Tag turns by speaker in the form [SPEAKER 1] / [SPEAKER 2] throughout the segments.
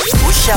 [SPEAKER 1] Aisyah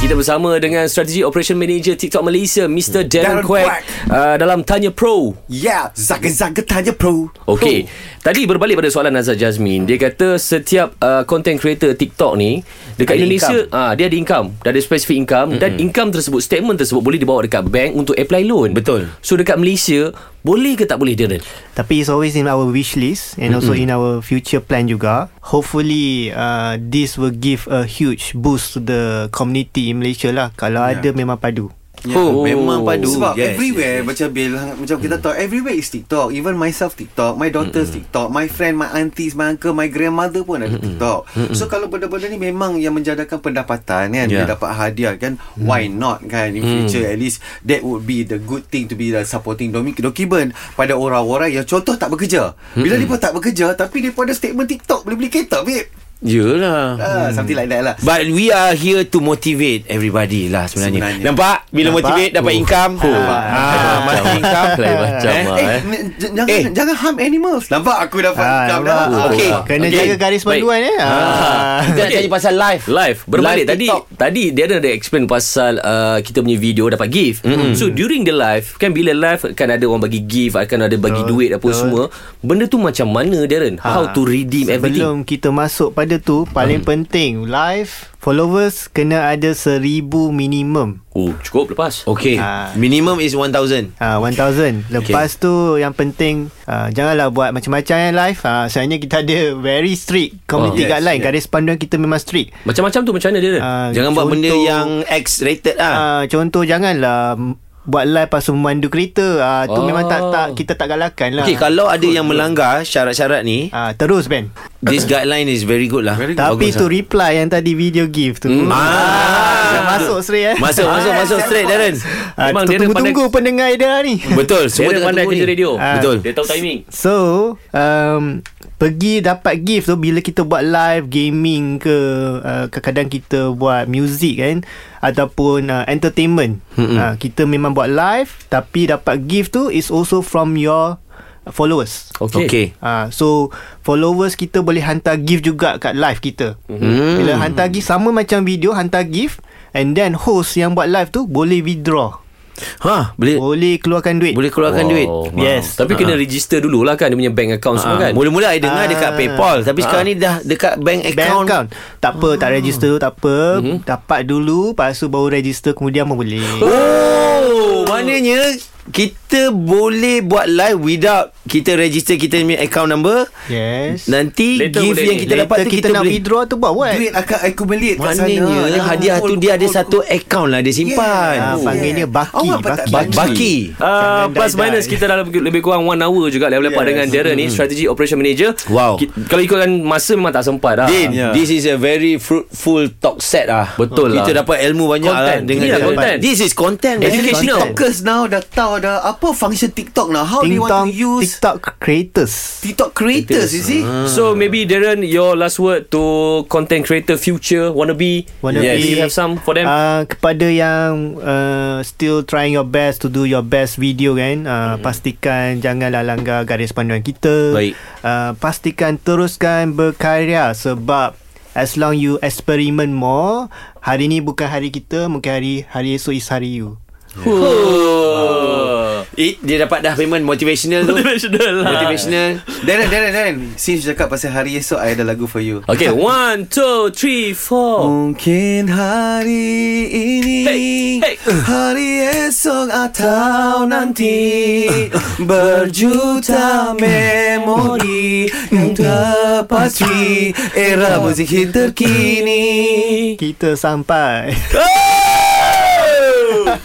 [SPEAKER 2] Kita bersama dengan Strategi Operation Manager TikTok Malaysia Mr. Darren,
[SPEAKER 3] Darren
[SPEAKER 2] Quack,
[SPEAKER 3] Quack.
[SPEAKER 2] Uh, dalam Tanya Pro.
[SPEAKER 3] Ya, zaga-zaga tanya pro.
[SPEAKER 2] Okey. Tadi berbalik pada soalan Azhar Jazmin, dia kata setiap uh, content creator TikTok ni dekat
[SPEAKER 3] Ada
[SPEAKER 2] Indonesia ah dia ada income, dia ada specific income mm-hmm. dan income tersebut statement tersebut boleh dibawa dekat bank untuk apply loan.
[SPEAKER 3] Betul.
[SPEAKER 2] So dekat Malaysia boleh ke tak boleh Darren?
[SPEAKER 4] Tapi it's always in our wish list and also in our future plan juga. Hopefully uh, this will give a huge boost to the community in Malaysia lah kalau yeah. ada memang padu.
[SPEAKER 5] Ya, oh.
[SPEAKER 2] Oh.
[SPEAKER 5] memang padu.
[SPEAKER 3] Sebab
[SPEAKER 5] yes,
[SPEAKER 3] yes, everywhere
[SPEAKER 5] yes,
[SPEAKER 3] yes, macam Bill macam kita tahu everywhere is TikTok. Even myself TikTok, my daughters mm. TikTok, my friend, my aunties, my uncle, my grandmother pun ada TikTok. Mm. So kalau benda-benda ni memang yang menjadikan pendapatan
[SPEAKER 5] Ya.
[SPEAKER 3] kan, yeah. dia dapat hadiah kan, mm. why not kan in future at least that would be the good thing to be the supporting Domi document pada orang-orang yang contoh tak bekerja. Bila dia pun tak bekerja tapi dia pun ada statement TikTok boleh beli kereta, babe.
[SPEAKER 5] Yelah.
[SPEAKER 3] Ah, something like that lah.
[SPEAKER 5] But we are here to motivate everybody lah sebenarnya.
[SPEAKER 3] Sebenarnya.
[SPEAKER 5] sebenarnya. Nampak? Bila
[SPEAKER 4] Nampak?
[SPEAKER 5] Nampak? motivate dapat
[SPEAKER 2] Oh.
[SPEAKER 5] income.
[SPEAKER 2] Oh.
[SPEAKER 5] Ah, masuk income.
[SPEAKER 2] Lain macam
[SPEAKER 5] Eh,
[SPEAKER 2] ah,
[SPEAKER 3] Eh,
[SPEAKER 2] eh.
[SPEAKER 3] n- j- jangan
[SPEAKER 5] Eh.
[SPEAKER 3] jangan harm animals. Nampak aku dapat
[SPEAKER 4] Ah,
[SPEAKER 3] income
[SPEAKER 4] nampak?
[SPEAKER 2] Oh,
[SPEAKER 3] dah.
[SPEAKER 5] Okey.
[SPEAKER 4] Kena
[SPEAKER 5] Okey.
[SPEAKER 4] jaga garis
[SPEAKER 2] Baik.
[SPEAKER 4] panduan eh. Ah.
[SPEAKER 5] Kita nak tanya pasal live.
[SPEAKER 2] Live Berbalik
[SPEAKER 5] Live
[SPEAKER 2] tadi
[SPEAKER 5] TikTok.
[SPEAKER 2] Tadi dia ada explain pasal uh, Kita punya video dapat gift mm-hmm. So during the live Kan bila live Kan ada orang bagi gift Akan ada bagi
[SPEAKER 4] Betul,
[SPEAKER 2] duit Apa
[SPEAKER 4] betul. Ah.
[SPEAKER 2] semua Benda tu macam mana Darren ha. How to redeem
[SPEAKER 4] Sebelum
[SPEAKER 2] everything
[SPEAKER 4] kita masuk pada tu paling penting live followers kena ada seribu minimum.
[SPEAKER 2] Oh cukup lepas
[SPEAKER 5] Okay.
[SPEAKER 4] Ah.
[SPEAKER 5] Minimum is 1,000.
[SPEAKER 4] Ah uh, 1000. Lepas okay. tu yang penting uh, janganlah buat macam-macam yang live. Ah uh, sebenarnya kita ada very strict
[SPEAKER 5] Oh.
[SPEAKER 4] community oh,
[SPEAKER 5] Yes,
[SPEAKER 4] guideline.
[SPEAKER 5] yeah.
[SPEAKER 4] Garis panduan kita memang strict.
[SPEAKER 2] Macam-macam tu macam mana Darren
[SPEAKER 4] Ah,
[SPEAKER 5] Jangan buat benda
[SPEAKER 4] contoh-
[SPEAKER 5] yang X-rated lah.
[SPEAKER 4] Ah, contoh janganlah m- buat live lepas tu memandu kereta. Ah tu
[SPEAKER 2] Oh.
[SPEAKER 4] memang tak tak kita tak galakkan lah.
[SPEAKER 5] Okay, kalau ada yang melanggar syarat-syarat ni,
[SPEAKER 4] ah terus Ben.
[SPEAKER 5] this guideline is very good lah. Very
[SPEAKER 4] Tapi tu reply yang tadi video give tu.
[SPEAKER 2] Hmm.
[SPEAKER 5] Ah.
[SPEAKER 4] masuk straight eh.
[SPEAKER 5] Masuk, masuk, masuk straight Darren.
[SPEAKER 4] Ah,
[SPEAKER 2] Memang dia
[SPEAKER 4] tunggu-tunggu pendengar dia lah ni.
[SPEAKER 5] Betul, semua
[SPEAKER 2] Darren
[SPEAKER 5] tengah
[SPEAKER 2] pandai
[SPEAKER 5] tunggu
[SPEAKER 2] kerja
[SPEAKER 5] ni.
[SPEAKER 2] radio
[SPEAKER 4] Ah.
[SPEAKER 5] Betul.
[SPEAKER 2] Dia tahu timing
[SPEAKER 4] So um, Pergi dapat gift tu Bila kita buat live Gaming ke uh, Kadang-kadang kita buat Music kan Ataupun uh, Entertainment uh, Kita memang buat live Tapi dapat gift tu Is also from your Followers
[SPEAKER 5] Okay. okay.
[SPEAKER 4] Ah, so followers kita boleh hantar gift juga kat live kita.
[SPEAKER 5] Hmm.
[SPEAKER 4] Bila hantar gift sama macam video hantar gift and then host yang buat live tu boleh withdraw.
[SPEAKER 5] Ha, boleh
[SPEAKER 4] Boleh keluarkan duit.
[SPEAKER 5] boleh keluarkan duit.
[SPEAKER 4] Yes.
[SPEAKER 5] Ah.
[SPEAKER 2] Tapi kena register dululah kan Dia punya bank account semua
[SPEAKER 5] Ha,
[SPEAKER 2] kan
[SPEAKER 5] mula-mula I dengar
[SPEAKER 4] Ah.
[SPEAKER 5] dekat PayPal tapi sekarang ni dah dekat bank account. Ah.
[SPEAKER 4] Bank account Tak apa Tak register dulu Tak apa
[SPEAKER 3] Mhm.
[SPEAKER 4] mm-hmm. Dapat dulu Lepas tu baru register Kemudian pun boleh
[SPEAKER 5] Oh, maknanya kita boleh buat live without kita register kita punya account number.
[SPEAKER 4] Yes
[SPEAKER 5] Nanti
[SPEAKER 2] Later
[SPEAKER 5] gift
[SPEAKER 2] boleh
[SPEAKER 5] yang
[SPEAKER 2] ni.
[SPEAKER 5] kita dapat
[SPEAKER 4] Lepas
[SPEAKER 5] tu
[SPEAKER 4] kita, kita nak
[SPEAKER 5] boleh.
[SPEAKER 4] withdraw tu buat what?
[SPEAKER 3] Duit akan accumulate kat sana.
[SPEAKER 5] Maknanya
[SPEAKER 3] Dia
[SPEAKER 5] hadiah tu
[SPEAKER 3] kumpul,
[SPEAKER 5] dia ada
[SPEAKER 3] kumpul,
[SPEAKER 5] satu
[SPEAKER 3] kumpul.
[SPEAKER 5] account lah dia simpan.
[SPEAKER 3] Yeah.
[SPEAKER 4] Ah,
[SPEAKER 5] Oh.
[SPEAKER 4] panggil dia baki,
[SPEAKER 3] kan. Awak apa tak
[SPEAKER 4] baki.
[SPEAKER 3] baki?
[SPEAKER 5] Baki.
[SPEAKER 2] Uh,
[SPEAKER 4] Jangan
[SPEAKER 2] plus
[SPEAKER 4] die-die.
[SPEAKER 2] minus kita dalam lebih kurang one hour juga lepas-lepas yes.
[SPEAKER 3] Yes.
[SPEAKER 2] dengan Darren ni strategi operation manager.
[SPEAKER 5] Wow.
[SPEAKER 2] Ki- kalau ikutkan masa memang tak sempat lah.
[SPEAKER 5] Din,
[SPEAKER 3] Ya.
[SPEAKER 5] this is a very fruitful talk set lah.
[SPEAKER 2] Betul lah.
[SPEAKER 5] Kita dapat ilmu banyak
[SPEAKER 2] Content.
[SPEAKER 5] lah dengan
[SPEAKER 2] Inilah
[SPEAKER 5] jawapan.
[SPEAKER 2] content.
[SPEAKER 5] This is content. man.
[SPEAKER 2] Educational.
[SPEAKER 3] TikTokers now dah tahu dah apa function TikTok now. How they want
[SPEAKER 4] TikTok,
[SPEAKER 3] to use TikTok,
[SPEAKER 4] TikTok creators
[SPEAKER 3] creators, you see?
[SPEAKER 2] So maybe Darren your last word to content creator future wannabe.
[SPEAKER 4] Wannabe.
[SPEAKER 2] Do you have some for them?
[SPEAKER 4] Uh, kepada yang uh, still trying your best to do your best video kan uh,
[SPEAKER 2] Mm-hmm.
[SPEAKER 4] pastikan janganlah langgar garis panduan kita
[SPEAKER 5] Baik.
[SPEAKER 4] uh, pastikan teruskan berkarya sebab as long you experiment more hari ni bukan hari kita mungkin hari hari esok is hari you
[SPEAKER 2] Oh.
[SPEAKER 5] Eh, dia dapat dah payment motivational tu.
[SPEAKER 2] Motivational lah.
[SPEAKER 5] Motivational.
[SPEAKER 3] Darren, Darren, Darren. Since you cakap pasal hari esok, I ada lagu for you.
[SPEAKER 2] Okay, one, two, three, four.
[SPEAKER 3] Mungkin hari ini eh,
[SPEAKER 2] Hey, hey.
[SPEAKER 3] Hari esok atau nanti Berjuta memori Yang terpasti Era muzik hit terkini
[SPEAKER 4] kita sampai
[SPEAKER 6] 3